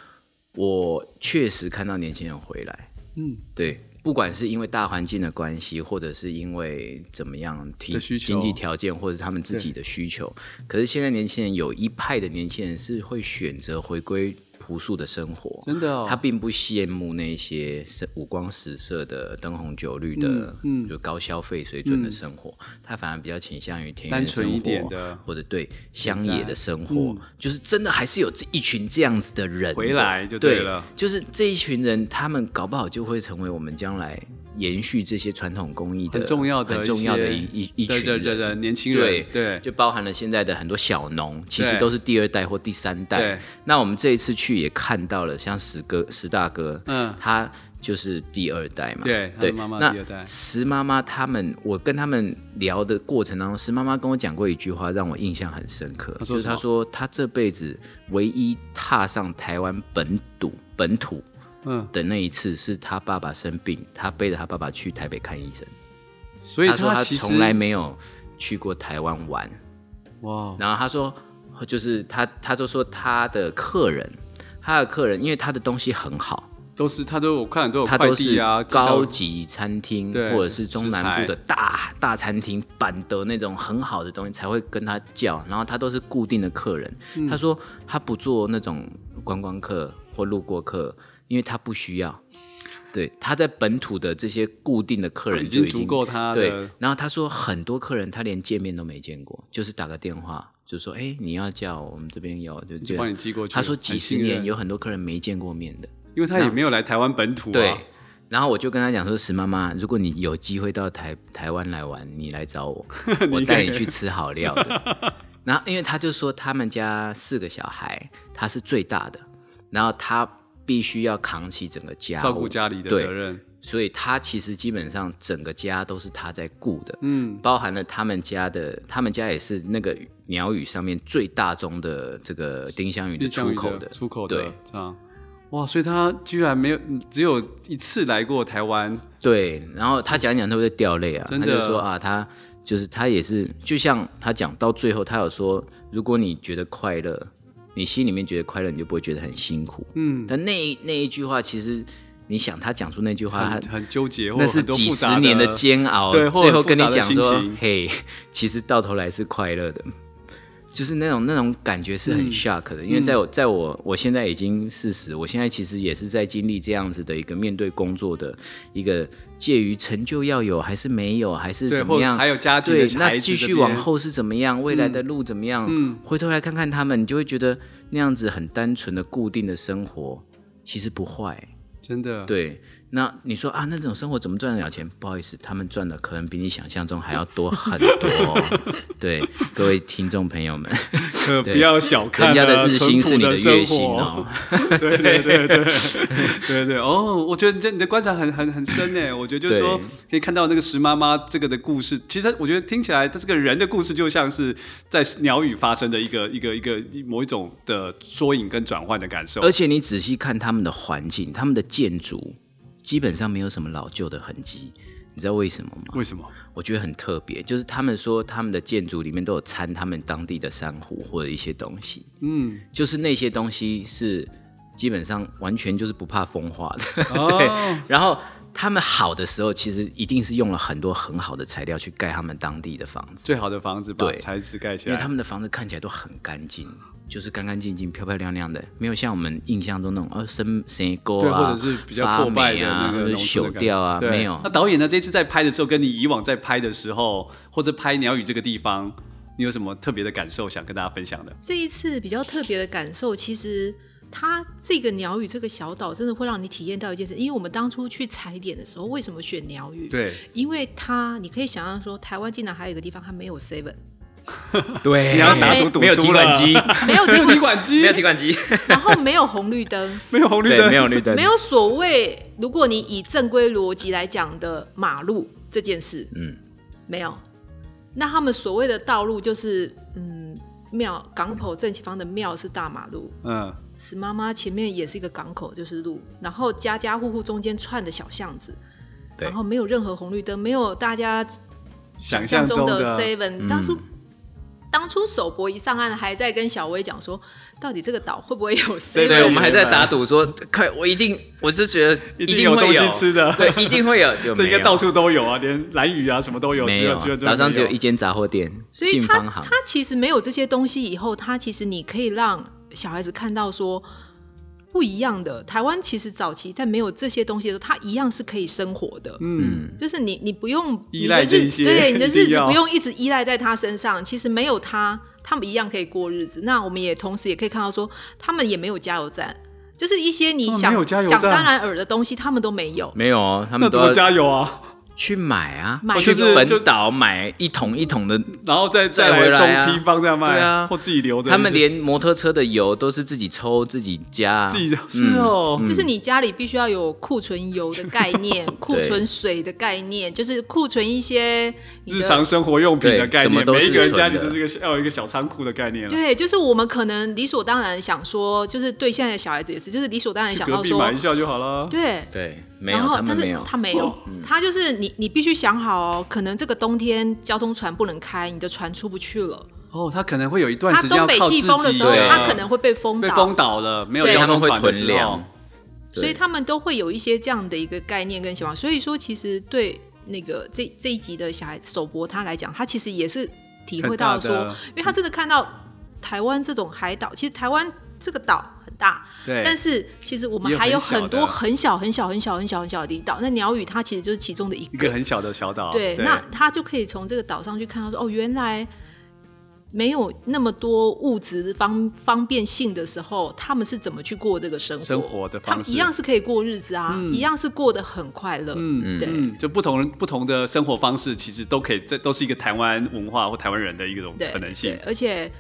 我确实看到年轻人回来，
嗯，
对，不管是因为大环境的关系，或者是因为怎么样提
的需求
经济条件，或者是他们自己的需求，可是现在年轻人有一派的年轻人是会选择回归朴素的生活，
真的哦，
他并不羡慕那些是五光十色的灯红酒绿的，
嗯嗯
就高消费水准的生活，他反而比较倾向于田
单
园
纯
生活
一点的
或者对乡野的生活，
嗯
就是真的还是有一群这样子的人的
回来就对
对
了
就是这一群人，他们搞不好就会成为我们将来延续这些传统工艺的
很重要的
很
一
重要的
些
一一一
对
群
对
人，
对对，年轻
对
人对
就包含了现在的很多小农，其实
对
都是第二代或第三
对
代。那我们这一次去也看到了，像石哥、石大哥，
嗯
他就是第二代嘛，
对他
对，
妈妈
那
第二代
石妈妈他们，我跟他们聊的过程当中，石妈妈跟我讲过一句话，让我印象很深刻，
她说
就是
什么
她说她这辈子唯一踏上台湾本土本土
嗯，
的那一次，是她爸爸生病，她背着她爸爸去台北看医生。
所以
他说他
其实
从来没有去过台湾玩，
哇，哦
然后他说，就是他他就说他的客人，他的客人，因为他的东西很好，
都是他都我看都有
它
快
都是
递啊，
高
寄
级餐厅
对
或者是中南
食材
部的大大餐厅版的那种很好的东西才会跟他叫，然后他都是固定的客人。
嗯
他说他不做那种观光客或路过客，因为他不需要。对，他在本土的这些固定的客
到
人
已
就
经
已经
足够他
对
的，，
然后他说很多客人他连见面都没见过，就是打个电话就说，哎，你要叫我们这边有，就
就帮你寄过去了。
他说
很
几十
信任
年有，很多客人没见过面的，
因为他也没有来台湾本土啊。
对。然后我就跟他讲说，石妈妈，如果你有机会到台台湾来玩，你来找
[LAUGHS]
我，我带你去吃好料的。然后因为他就说他们家四个小孩，他是最大的，然后他必须要扛起整个家务，
照顾家里的
对
责任。
所以他其实基本上整个家都是他在顾的，
嗯，
包含了他们家的，他们家也是那个鸟语上面最大宗的这个丁香鱼的
是
出口
的
的
出口的，
对
这样。哇，所以他居然没有，只有一次来过台湾，
对。然后他讲一讲，他会掉泪啊，
真的
他就说啊，他就是他也是，就像他讲到最后，他有说，如果你觉得快乐，你心里面觉得快乐，你就不会觉得很辛苦。
嗯，
但那一那一句话，其其实你想他讲出那句话，
很
他
很纠结，或
那
者
是
很多
几
复
十
杂
年
的
的煎熬，
对或者
最后
复
跟你
杂的
讲
心
说
情，
嘿，其实到头来是快乐的，就是那种那种感觉是很
嗯
shock 的，因为在我在我我现在已经四十，我现在其实也是在经历这样子的一个面对工作的一个介于成就要有还是没有，还是
对，
怎么
或
样，
还有家庭的
对
孩，子
那继
这
续
边
往后是怎么样？未来的路怎么样？
嗯
回头来看看他们，你就会觉得那样子很单纯的固定的生活其实不坏、
真的，
对，那你说啊，那种生活怎么赚得了钱？不好意思，他们赚的可能比你想象中还要多很多哦、
[LAUGHS]
对，各位听众朋友们，
可
对
不要小看
人家
了
的日薪是
淳
你
朴
的
生
月薪
活。
哦。
对对对对 [LAUGHS] 对对哦，我觉得你这你的观察很很很深诶，我觉得就是说
对
可以看到那个石妈妈这个的故事，其实我觉得听起来她这个人的故事就像是在鸟语发生的一个一个一个某一种的缩影跟转换的感受
而。且你仔细看他们的环境，他们的建筑基本上没有什么老旧的痕迹，你知道为什么吗？
为什么？
我觉得很特别，就是他们说他们的建筑里面都有掺他们当地的珊瑚或者一些东西，
嗯，
就是那些东西是基本上完全就是不怕风化的。 [LAUGHS] 对
哦，
然后他们好的时候，其实一定是用了很多很好的材料去盖他们当地的房子，
最好的房子把
对
材质盖起
因
来，
为他们的房子看起来都很干净，就是干干净净、漂漂亮亮的，没有像我们印象中那种呃生生沟
对，
啊，
或者是比较
发
破败
霉
的
啊
那个
或者
农村的感
朽
觉
掉啊，
对
没有
那。导演呢？这次在拍的时候，跟你以往在拍的时候，或者拍鸟语这个地方，你有什么特别的感受想跟大家分享的？
这一次比较特别的感受，其实它这个鸟语这个小岛真的会让你体验到一件事，因为我们当初去踩点的时候，为什么选鸟语？，
对，
因为它你可以想象说，台湾竟然还有一个地方它没有 seven，
对
你要
打
赌赌
没有
输
提款
了
机，
没有
[LAUGHS] 没
地
有提款机，
没有提款机，
[LAUGHS] 然后没有红绿灯，
没有红绿
对，
灯，
没有绿灯，
没有所谓，如果你以正规逻辑来讲的马路这件事，
嗯，
没有。那他们所谓的道路就是，嗯，庙港口正前方的庙是大马路，
嗯，
史妈妈前面也是一个港口，就是路，然后家家户户中间串的小巷子，
对
然后没有任何红绿灯，没有大家
想
象
象中
嗯
的
的
Seven、当初当初首博一上岸，还在跟小薇讲说，到底这个岛会不会有 Seven？
对，我们还在打赌说，快，我一定，我是觉得
一
一
定有
会
东西吃的 [LAUGHS]
对，一定会有，就
这应该
没有
到处都有啊，连蓝雨啊什么都有，
没
只
有
只有，这
岛上只有
没
一间杂货店，
所以
信
他
方行
他，其实没有这些东西，以后他其实你可以让小孩子看到说不一样的台湾，其实早期在没有这些东西的时候，他一样是可以生活的。
嗯，
就是你，你不用
依赖
你的日
这些
对你的日
一定
子
要
不用一直依赖在他身上。其实没有他，他们一样可以过日子。那我们也同时也可以看到说，他们也没有加油站，就是一些你
哦
想、
没有加油
想
站
当然耳的东西，他们都没有。
没有哦，他
那
们
怎
都
么
要
加油啊？
去买啊，
买
去
就是就
本岛买一桶一桶的，
然后再
再回
来
来啊
中批方再卖，
对啊
或自己留的，
他们
就是
连摩托车的油都是自己抽自己加嗯啊，
自己是哦，
嗯就是你家里必须要有库存油的
[LAUGHS]
概念，库存水的概念，就是库存一些你的
日啊常生活用品的
对
概
什么
念，
都
每一
是
个人家
存
里
的
都是一个要有一个小仓库的概念了。
对，就是我们可能理所当然想说，就是对现在的小孩子也是，就是理所当然
去
想
隔
到
壁
说
买一，下就好了。
对，
对，没有
然后
他
但
们没
是
有，
他没
哦
有，
嗯
他就是你，你必须想好哦，可能这个冬天交通船不能开，你的船出不去了。
哦，他可能会有一段
他
时间
东
要
北
靠自
季
己啊
风的时候，
对
他可能会被封
被
倒，
封岛了，没有
对
交
他们
通
会
船的
囤
时候
粮，对
所以他们都会有一些这样的一个概念跟想法。所以说，其实对那个这这一集的小孩首博他来讲，他其实也是体会到说
很大的，
因为他真的看到台湾这种海岛，其实台湾这个岛很大，
对，
但是其实我
哎也
们
有
还有
很小
很多
的
很小很小很小很小很小的离岛。那鸟语它其实就是其中的一
一个很小的小岛，
对，那他就可以从这个岛上去看到说，哦，原来没有那么多物质方方便性的时候，他们是怎么去过这个生活？
生活的
他
方
们
式
啊一样是可以过日子啊，一样是过得很快乐。
嗯
对
嗯，就不同人不同的生活方式，其实都可以，这都是一个台湾文化或台湾人的一种
对，
可能性
对。而且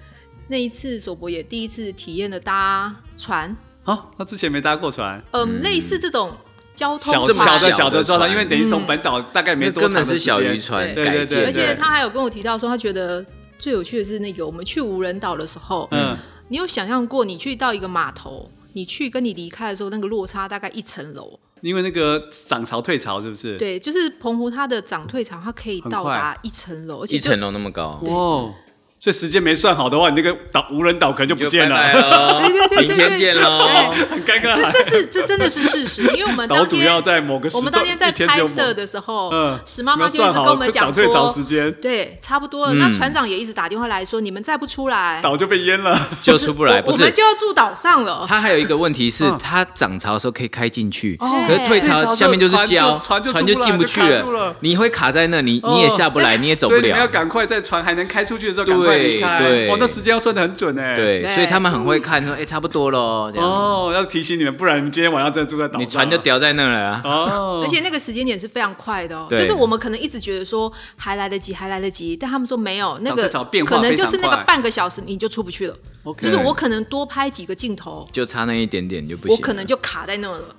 那一次，索博也第一次体验了搭船，
好，他啊之前没搭过船，
嗯，类似这种交通
小
这
的
么
船
小的
小
小的
的
状态，
船
因为等于从嗯本岛大概没
那
多
根
长
本
的
是
时
小渔
间，
船
对
改
对
建
而且
的，
他还有跟我提到说，他觉得最有趣的是那个我们去无人岛的时候，
嗯，
你有想象过你去到一个码头，你去跟你离开的时候，那个落差大概一层楼？
因为那个涨潮退潮是不是？，
对，就是澎湖它的涨退潮，它可以到达一层楼，而且
一
就
层楼那么高，
哇哦，所以时间没算好的话，你那个岛无人岛可能就不见
拜
了，
拜咯
对对对对
明天见喽。
对，
很
[LAUGHS]
尴
这
尬。
这是这真的是事实，因为我们
岛
当
主
天
要在某个时
我们当天在
一天只
拍
有
摄
某
的时候，
嗯
史妈妈
要
就一
算
直
好
跟我们
就
讲
涨退潮时
说。
间，
对，差不多了。
嗯
那船长也一直打电话来说，你们再不出来，
岛就被淹了。
就出不来，
我
不
我
是
们就。要住岛上
[LAUGHS]
了。
它还有一个问题是
嗯，
它涨潮的时候可以开进去，
哦
可是退潮下面就是礁，
船就船就
船就进不
出
去
不来就卡住了
你会卡在那里，
哦
你也下不
嗯
来，你也 [LAUGHS] 走不
所以你们要
了。
赶快在船还能开出去的时候赶快离开。
对对
哇，那时间要算的很准哎。。
对，
对
所以他们很会看，说哎，差不多咯，这样，
哦，要提醒你们，不然你们今天晚上真的住在岛上，
你船就掉在那了啊。
哦。
而且那个时间点是非常快的、哦，
对
就是我们可能一直觉得说还来得及，还来得及，但他们说没有，那
早
个
知道变化
可能就是那个
非常快
半个小时你就出不去了，就是我可能多拍几个镜头，
就差那一点点就不行
我
了。
可能就卡在那了，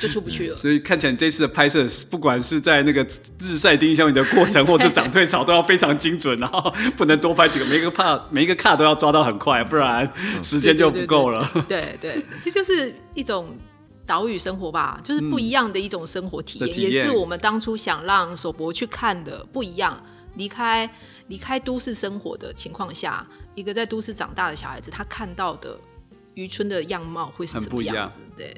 就出不去了。
所以看起来你这次的拍摄，不管是在那个日晒丁香鱼的过程，或者涨退潮，都要非常精准，然后 [LAUGHS] 不能多拍几个，每一个帕每一个卡都要抓到很快，不然时间就不够了。
对对，这就是一种岛屿生活吧，就是不一样的一种生活体验，
嗯的体验
也是我们当初想让索博去看的不一样。离开离开都市生活的情况下，一个在都市长大的小孩子，他看到的渔村的样貌会是
很
什
不
么
一样
样子？对。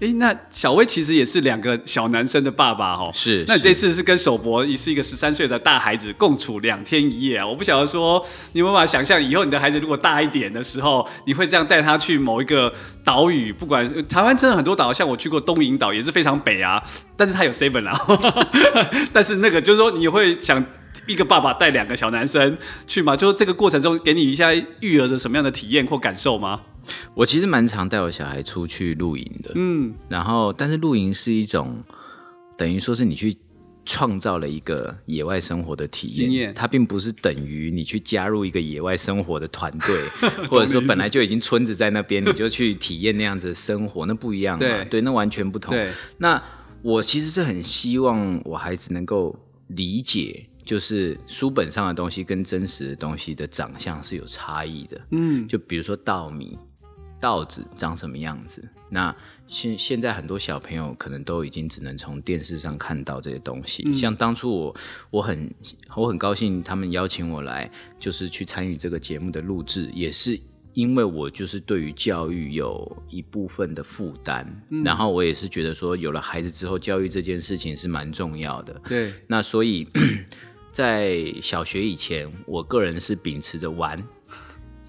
诶，那小薇其实也是两个小男生的爸爸哦。
是
那你
是
这次是跟首博一是一个十三岁的大孩子共处两天一夜啊！我不晓得说，你有没有办法想象以后你的孩子如果大一点的时候，你会这样带他去某一个岛屿？不管呃台湾真的很多岛，像我去过东引岛也是非常北啊，但是它有 seven 啊， [LAUGHS] 但是那个就是说你会想。一个爸爸带两个小男生去吗？就是这个过程中，给你一下育儿的什么样的体验或感受吗？
我其实蛮常带我小孩出去露营的，
嗯，
然后但是露营是一种，等于说是你去创造了一个野外生活的体
经验
验，它并不是等于你去加入一个野外生活的团
[LAUGHS]
队，或者说本来就已经村子在那边，你就去体验那样子的生活，那不一样嘛，
对
那完全不同。
对，
那我其实是很希望我孩子能够理解，就是书本上的东西跟真实的东西的长相是有差异的。
嗯，
就比如说稻米、稻子长什么样子。那现现在很多小朋友可能都已经只能从电视上看到这些东西。像当初我我很我很高兴他们邀请我来，就是去参与这个节目的录制，也是。因为我就是对于教育有一部分的负担，然后我也是觉得说，有了孩子之后，教育这件事情是蛮重要的。
对，
那所以 [CLEARS THROAT] 在小学以前，我个人是秉持着玩，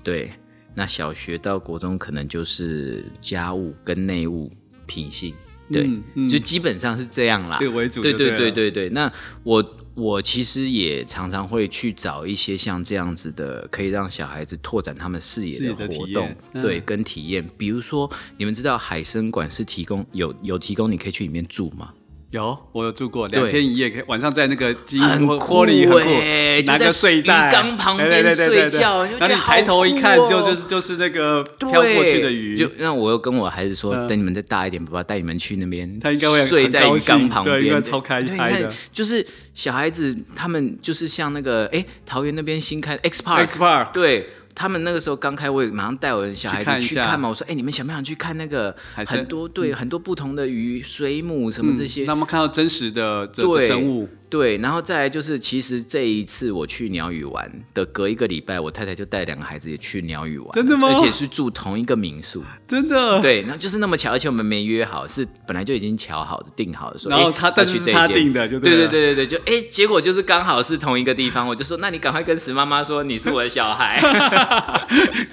对。那小学到国中可能就是家务跟内务品性，对，
嗯嗯
就基本上是这样啦。
这个为主
对
就对
对
了
对对对。那我我其实也常常会去找一些像这样子的，可以让小孩子拓展他们视
视野
野
的
的
体
活动
验，嗯
对，跟体验。比如说，你们知道海参馆是提供有有提供你可以去里面住吗？
有，我有住过
对
两天一夜，可以晚上在那个基
很
因
酷
玻璃很
欸
酷，拿个睡袋，
就在鱼缸旁边
对对对对对
睡觉就觉得
然后你
好
抬头一
酷
看，
哦
就就是就是那个飘过去的鱼，
就那我又跟我孩子说，
嗯
等你们再大一点，爸爸带你们去那边，
他应该会很
睡在
很高
鱼
兴
缸旁
对应该
边，
超开
对
嗨的
你看就是小孩子他们就是像那个哎，桃园那边新开 X Park
X Park
对。他们那个时候刚开，我也马上带我的小孩
去看一
子去
下
看嘛。我说：“哎、你们想不想去看那个
海参嗯
很多对、很多不同的鱼、水母什么这些？
让我们看到真实的这这
对
生物，
对，然后再来就是，其实这一次我去鸟语玩的隔一个礼拜，我太太就带两个孩子也去鸟语玩了，
真的吗
而且是住同一个民宿，
真 [LAUGHS] 的，
对，那就是那么巧，而且我们没约好，是本来就已经瞧好的、定好的，说
然后
诶
他
要
但
去
是是
这一
他
间
定的就
对
对了
对对对就哎、结果就是刚好是同一个地方，我就说，那你赶快跟石妈妈说你是我的小孩，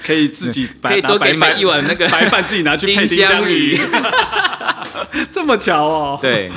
可以自己把
[LAUGHS] 可以
拿
多
白
给你们
饭
一碗那个
[LAUGHS] 白饭，自己 [LAUGHS] 拿去配
丁
丁
香
香 [LAUGHS] 鱼，这么巧哦，，
对，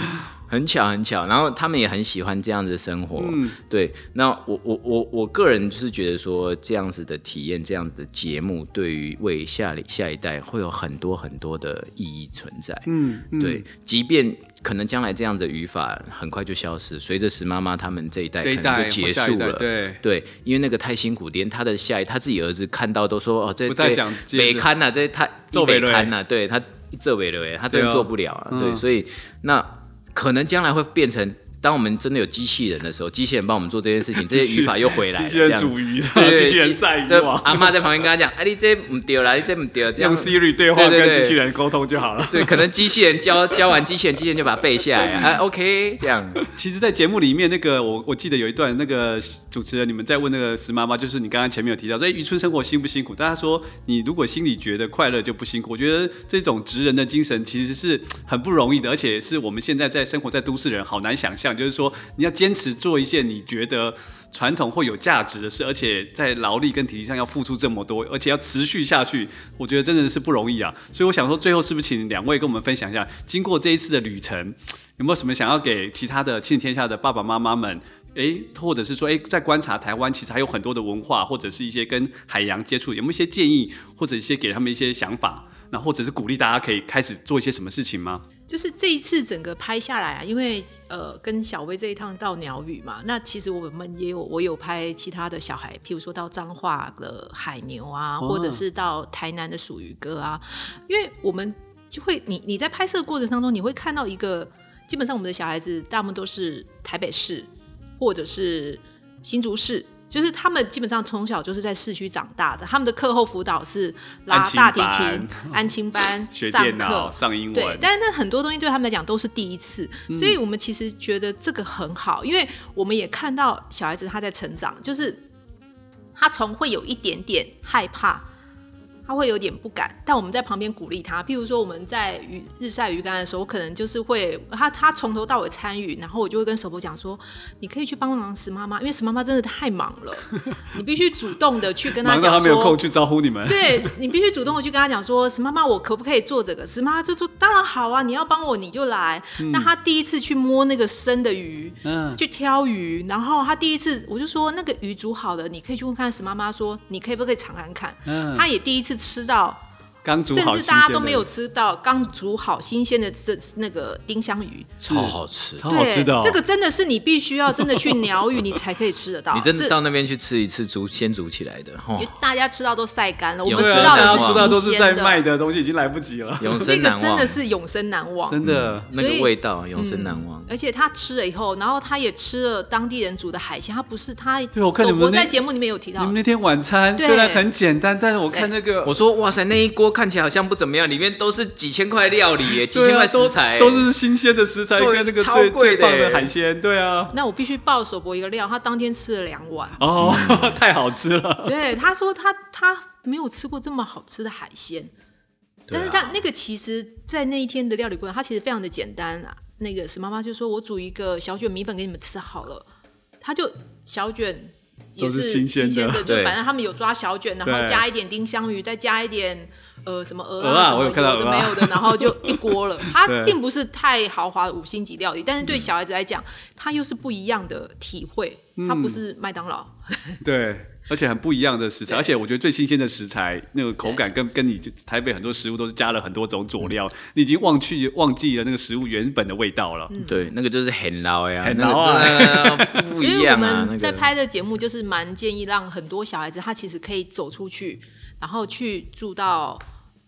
很巧很巧。然后他们也很喜欢这样子的生活。
嗯
对。那我我我我个人就是觉得说，这样子的体验，这样子的节目，对于为下里下一代会有很多很多的意义存在。
嗯，嗯
对，，即便可能将来这样子的语法很快就消失，随着石妈妈他们这一代
这
可
一代
能
或
就结
下一
束
代
了。
对，
对，因为那个太辛苦，连他的下一他自己儿子看到都说哦，这
不太
这
想接
北
着
刊呐、这他
做
北
不下
刊呐、啊对他这尾了哎，他真
对
的
啊
做不了啊，对，
嗯
所以那可能将来会变成，当我们真的有机器人的时候，机器人帮我们做这件事情，这
机器
些语法又回来
机
了，
器
这
人
样
煮鱼，是吧
对对
[LAUGHS] 机器人
机
晒鱼
这
网，
阿妈在旁边跟他讲，哎，你这不对啦，你这不对，这样
用 Siri 对话
对对
跟
对
机器人沟通就好了。
对，可能机器人教 [LAUGHS] 教完机器人，机器人就把它背下来啊，啊，OK，这嗯样，
其实，在节目里面，那个我我记得有一段，那个主持人你们在问那个石妈妈，就是你刚刚前面有提到，所以渔村生活辛不辛苦？大家说，你如果心里觉得快乐就不辛苦。我觉得这种职人的精神其实是很不容易的，而且是我们现在在生活在都市人好难想象，就是说你要坚持做一件你觉得传统或有价值的事，而且在劳力跟体力上要付出这么多，而且要持续下去，我觉得真的是不容易啊。所以我想说，最后是不是请两位跟我们分享一下，经过这一次的旅程，有没有什么想要给其他的亲子天下的爸爸妈妈们？诶，或者是说，诶，在观察台湾，其实还有很多的文化，或者是一些跟海洋接触，有没有一些建议，或者一些给他们一些想法，那或者是鼓励大家可以开始做一些什么事情吗？
就是这一次整个拍下来啊，因为呃跟小薇这一趟到鸟语嘛，那其实我们也有我有拍其他的小孩，譬如说到彰化的海牛啊，
哦
或者是到台南的属鱼哥啊，因为我们就会你你在拍摄过程当中，你会看到一个基本上我们的小孩子大部分都是台北市或者是新竹市。就是他们基本上从小就是在市区长大的，他们的课后辅导是拉
安亲
大提
班
琴、安亲班、
[LAUGHS] 学
上
电
课
脑、上英
对
文，，
但是那很多东西对他们来讲都是第一次，
嗯
所以我们其实觉得这个很好，因为我们也看到小孩子他在成长，就是他从会有一点点害怕，他会有点不敢，但我们在旁边鼓励他。譬如说我们在鱼日晒鱼竿的时候，我可能就是会他他从头到尾参与，然后我就会跟手博讲说，你可以去帮忙石妈妈，因为石妈妈真的太忙
[LAUGHS]
了，你必须主动的去跟他
忙到
讲
他
说，
没有空去招呼你
[LAUGHS]
[LAUGHS] 们。
对你必须主动的去跟他讲说，石妈妈，我可不可以做这个？石妈妈就说，当然好啊，你要帮我你就来。那他第一次去摸那个生的鱼，
嗯
去挑鱼，然后他第一次我就说那个鱼煮好了，你可以去问看石妈妈说，你可以不可以尝尝看？
嗯，
他也第一次吃到，
刚煮
甚
好，
至大家都没有，吃到刚煮好新鲜的这那个丁香鱼，
超好吃。
超好吃的、哦。
对这个真的是你必须要真的去鸟语，你才可以吃得到。
你真
这
的到那边去吃一次煮先煮起来的，吼
因为，大家吃到都晒干了，我们
有
吃
对啊
到
大
的
家
是
吃到都
新
是
鲜
在
的
卖的东西，已经来不及了，
[LAUGHS]
永
那
生
个
难
真
忘
的，是永生难忘。
真的。
那
所以
个味道永生难忘。
而且他吃了以后，然后他也吃了当地人煮的海鲜，他不是他
对我看你
首
们
播
那
在节目里面有提
你
到
们，那天晚餐
对
虽然很简单，但是我看那个
我说哇塞，那一锅看起来好像不怎么样，里面都是几千块料理耶，几
对
千
啊
块食材耶
都都是新鲜的食材
对
跟那个
超
最
贵
最
的
棒的
耶
海鲜，对啊，
那我必须爆首播一个料，他当天吃了两碗。
哦， [LAUGHS] 太好吃
[LAUGHS]
了，
对，他说他他没有吃过这么好吃的海鲜，
对
但
啊
是他那个其实，在那一天的料理过程，他其实非常的简单啊。那个史妈妈就说：“我煮一个小卷米粉给你们吃好了。”他就小卷也
都是新
新
鲜的
的，就
对
反正他们有抓小卷，然后
对
加一点丁香鱼，再加一点。呃，什么鹅
鹅啊
什么
我有看到
的
鹅啊
没有的，然后就一锅
[LAUGHS]
了。它
对嗯
并不是太豪华的五星级料理，但是对小孩子来讲，它又是不一样的体会。它
嗯
不是麦当劳，
对。而且很不一样的食材，而且我觉得最新鲜的食材，那个口感跟跟你台北很多食物都是加了很多种佐料，你已经忘去忘记了那个食物原本的味道了。
对，那个就是嗯很老呀，
很老啊
那个 [LAUGHS] 真的不
所
一
以我
样啊。那
们
个
在拍的节目就是蛮建议让很多小孩子，他其实可以走出去，然后去住到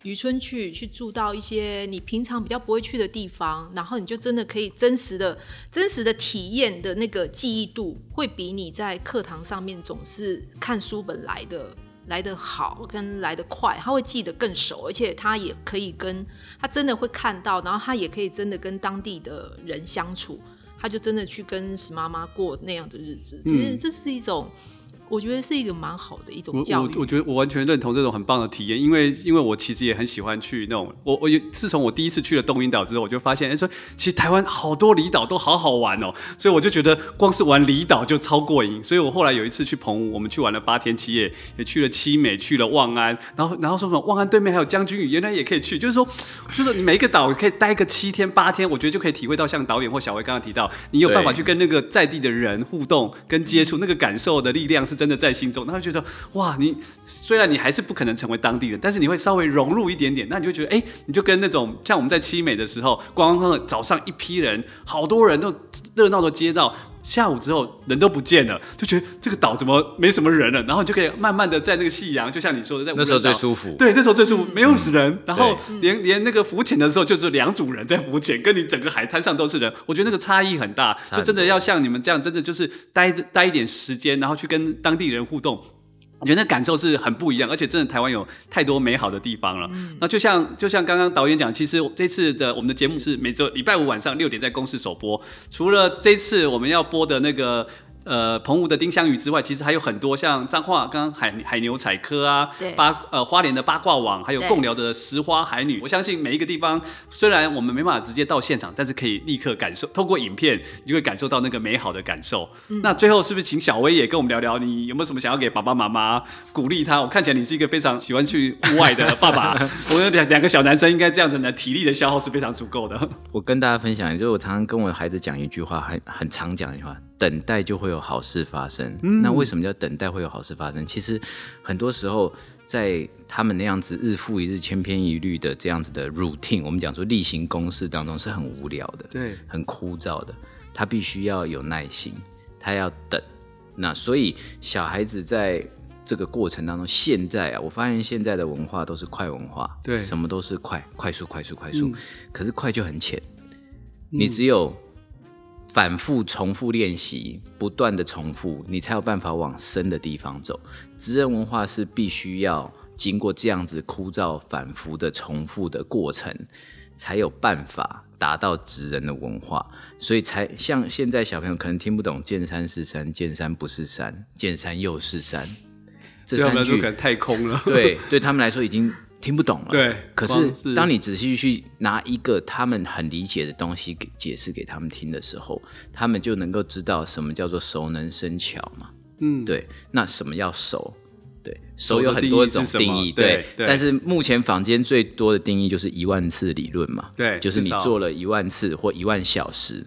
渔村去，去住到一些你平常比较不会去的地方，然后你就真的可以真实的、真实的体验的那个记忆度，会比你在课堂上面总是看书本来的。来得好，跟来得快，他会记得更熟，而且他也可以跟他真的会看到，然后他也可以真的跟当地的人相处，他就真的去跟史妈妈过那样的日子。其实
嗯
这是一种，我觉得是一个蛮好的一
我
种教
我
育。
我觉得我完全认同这种很棒的体验，因为因为我其实也很喜欢去那种我我有自从我第一次去了东引岛之后，我就发现哎说其实台湾好多离岛都好好玩哦，所以我就觉得光是玩离岛就超过瘾，所以我后来有一次去澎湖，我们去玩了八天七夜，也去了七美，去了望安，然后然后说什么望安对面还有将军屿，原来也可以去，就是说就是你每一个岛可以待个七天八天，我觉得就可以体会到像导演或小薇刚刚提到，你有办法
对
去跟那个在地的人互动跟接触，那个感受的力量是真的在心中，然后就觉得哇，你虽然你还是不可能成为当地人，但是你会稍微融入一点点，那你就觉得哎、你就跟那种像我们在七美的时候，观光客早上一批人，好多人都热闹的街道。下午之后人都不见了，就觉得这个岛怎么没什么人了，然后你就可以慢慢的在那个夕阳，就像你说的，在
那时候
无人岛
最舒服。嗯
对，那时候最舒服，没有人，然后连连那个浮潜的时候，就是两组人在浮潜，跟你整个海滩上都是人，我觉得那个差异很大，
差
就
很
真的要像你们这样，真的就是待待一点时间，然后去跟当地人互动。我觉得那感受是很不一样，而且真的台湾有太多美好的地方了。
嗯
那就像就像刚刚导演讲，其实这次的我们的节目是每周礼拜五晚上六点在公视首播。除了这次我们要播的那个呃澎湖的丁香鱼之外，其实还有很多像彰化刚刚海海牛采科啊
对，
八呃花莲的八卦网，还有
对
贡寮的石花海女。我相信每一个地方，虽然我们没办法直接到现场，但是可以立刻感受，透过影片你就会感受到那个美好的感受。那最后是不是请小薇也跟我们聊聊，你有没有什么想要给爸爸妈妈鼓励他？我看起来你是一个非常喜欢去户外的爸 [LAUGHS] 爸，我有两两个小男生应该这样子呢，体力的消耗是非常足够的。
我跟大家分享，就是我常常跟我的孩子讲一句话，很很常讲一句话：等待就会有好事发生。那为什么叫等待会有好事发生？其实很多时候，在他们那样子日复一日、千篇一律的这样子的 routine，我们讲说例行公事当中是很无聊的，
对，
很枯燥的。他必须要有耐心，他要等。那所以小孩子在这个过程当中，现在啊，我发现现在的文化都是快文化，
对
什么都是快，快速，快速，快速。
嗯
可是快就很浅，你只有反复重复练习，不断的重复，你才有办法往深的地方走。职人文化是必须要经过这样子枯燥、反复的重复的过程，才有办法达到职人的文化。所以才像现在小朋友可能听不懂“见山是山，见山不是山，见山又是山”这
对他们来
三
说
句
可，能太空 [LAUGHS] 了。
[LAUGHS] 对，对他们来说已经听不懂了。
对
可
光是
是当你仔细去拿一个他们很理解的东西给解释给他们听的时候，他们就能够知道什么叫做熟能生巧嘛。
嗯，
对，那什么叫熟？对，
熟
熟有
的
很
定
多
义是
种
什
定
么
义，
对对
但是目前坊间最多的定义就是一万次理论嘛，
对
就是
至
你
少
做了一万次或一万小时，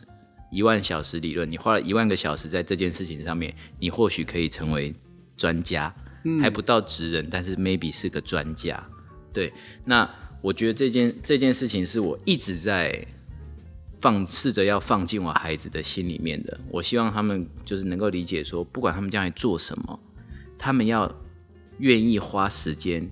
一万小时理论，你花了一万个小时在这件事情上面，你或许可以成为专家，
嗯
还不到职人，但是 maybe 是个专家。对，那我觉得这件这件事情是我一直在放试着要放进我孩子的心里面的。我希望他们就是能够理解说，不管他们将来做什么，他们要愿意花时间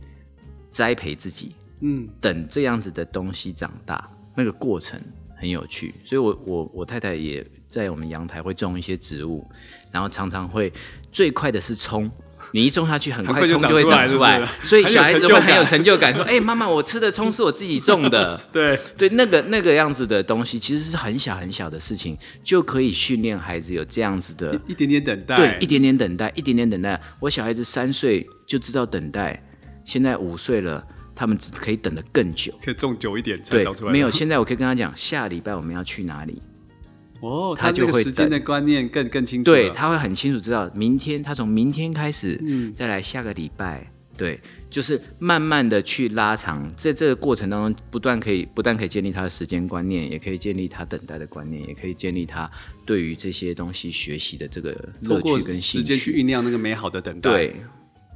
栽培自己，
嗯，
等这样子的东西长大，那个过程很有趣。所以我，我我太太也在我们阳台会种一些植物，然后常常会最快的是葱。你一种下去，很
很快
快
就
葱就会
长
长
出
出
来
来
是不，是
所以
很有
小孩子
成就
会
感
很有成就感，说：“哎、妈妈，我吃的葱是我自己种的。”
[LAUGHS] 对，
对，那个那个样子的东西，其实是很小很小的事情，就可以训练孩子有这样子的
一点点等待，
对，一点点等待，一点点等待。我小孩子三岁就知道等待，现在五岁了，他们只可以等得更久。
可以种久一点才
对
长出，来。
没有，现在我可以跟他讲，下礼拜我们要去哪里。
哦，
他就
那个
会
时间
等
的观念更更清楚了。
对，他会很清楚知道，明天他从明天开始，
嗯
再来下个礼拜，对，就是慢慢的去拉长，在这个过程当中，不断可以不但可以建立他的时间观念，也可以建立他等待的观念，也可以建立他对于这些东西学习的这个
透
乐
过
趣跟
时
兴
间
趣。
去酝酿那个美好的等待。
对，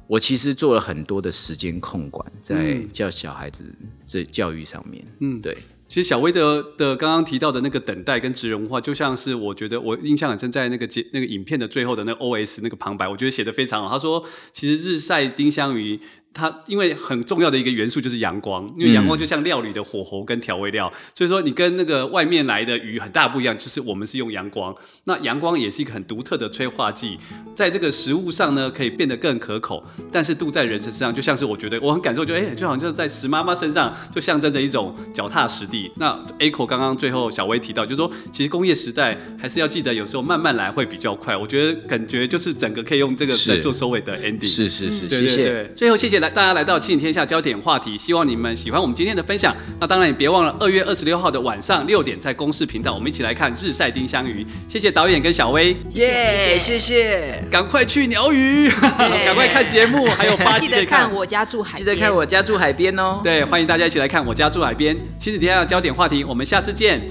我其实做了很多的时间控管，在教小孩子这教育上面，
嗯
对，
其实小薇的的刚刚提到的那个等待跟职人文化，就像是我觉得我印象很深，在那个节那个影片的最后的那个 O S 那个旁白，我觉得写的非常好。他说，其实日晒丁香鱼。它因为很重要的一个元素就是阳
嗯
光，因为阳光就像料理的火候跟调味料，所以说你跟那个外面来的鱼很大不一样，就是我们是用阳光，那阳光也是一个很独特的催化剂，在这个食物上呢可以变得更可口，但是度在人身上，就像是我觉得我很感受，就哎、就好像就是在石妈妈身上就象征着一种脚踏实地。那 Echo 刚刚最后小薇提到，就是说其实工业时代还是要记得有时候慢慢来会比较快，我觉得感觉就是整个可以用这个
是
来做收尾的 ending。
是是是，
嗯对
谢
对
谢。
对，最后谢谢来大家来到《亲子天下》焦点话题，希望你们喜欢我们今天的分享。那当然也别忘了二月二十六号的晚上六点在公视频道，我们一起来看日晒丁香鱼。谢谢导演跟小薇，
耶，谢谢，
赶快去鸟语，赶快看节目，还有
[LAUGHS]
八集
记
可以
得看
看。
我家住海边，
记得看我家住海边哦。
对，欢迎大家一起来看《我家住海边》亲子天下焦点话题，我们下次见。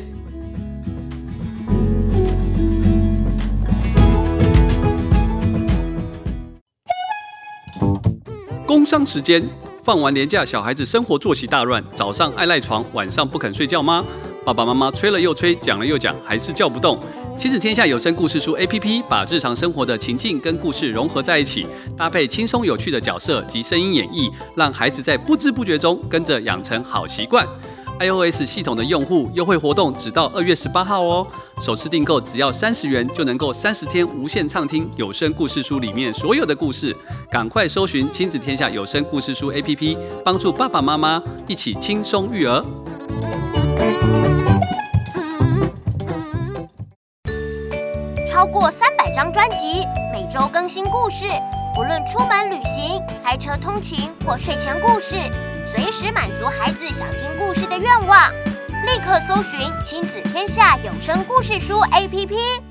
工商时间，放完年假，小孩子生活作息大乱，早上爱赖床，晚上不肯睡觉吗？爸爸妈妈催了又催，讲了又讲，还是叫不动。亲子天下有声故事书 APP 把日常生活的情境跟故事融合在一起，搭配轻松有趣的角色及声音演绎，让孩子在不知不觉中跟着养成好习惯。iOS 系统的用户优惠活动直到二月十八号哦，首次订购只要三十元就能够三十天无限畅听有声故事书里面所有的故事。赶快搜寻亲子天下有声故事书 APP，帮助爸爸妈妈一起轻松育儿。
超过三百张专辑，每周更新故事，不论出门旅行、开车通勤或睡前故事，随时满足孩子想听故事的愿望。立刻搜寻“亲子天下有声故事书 ”APP。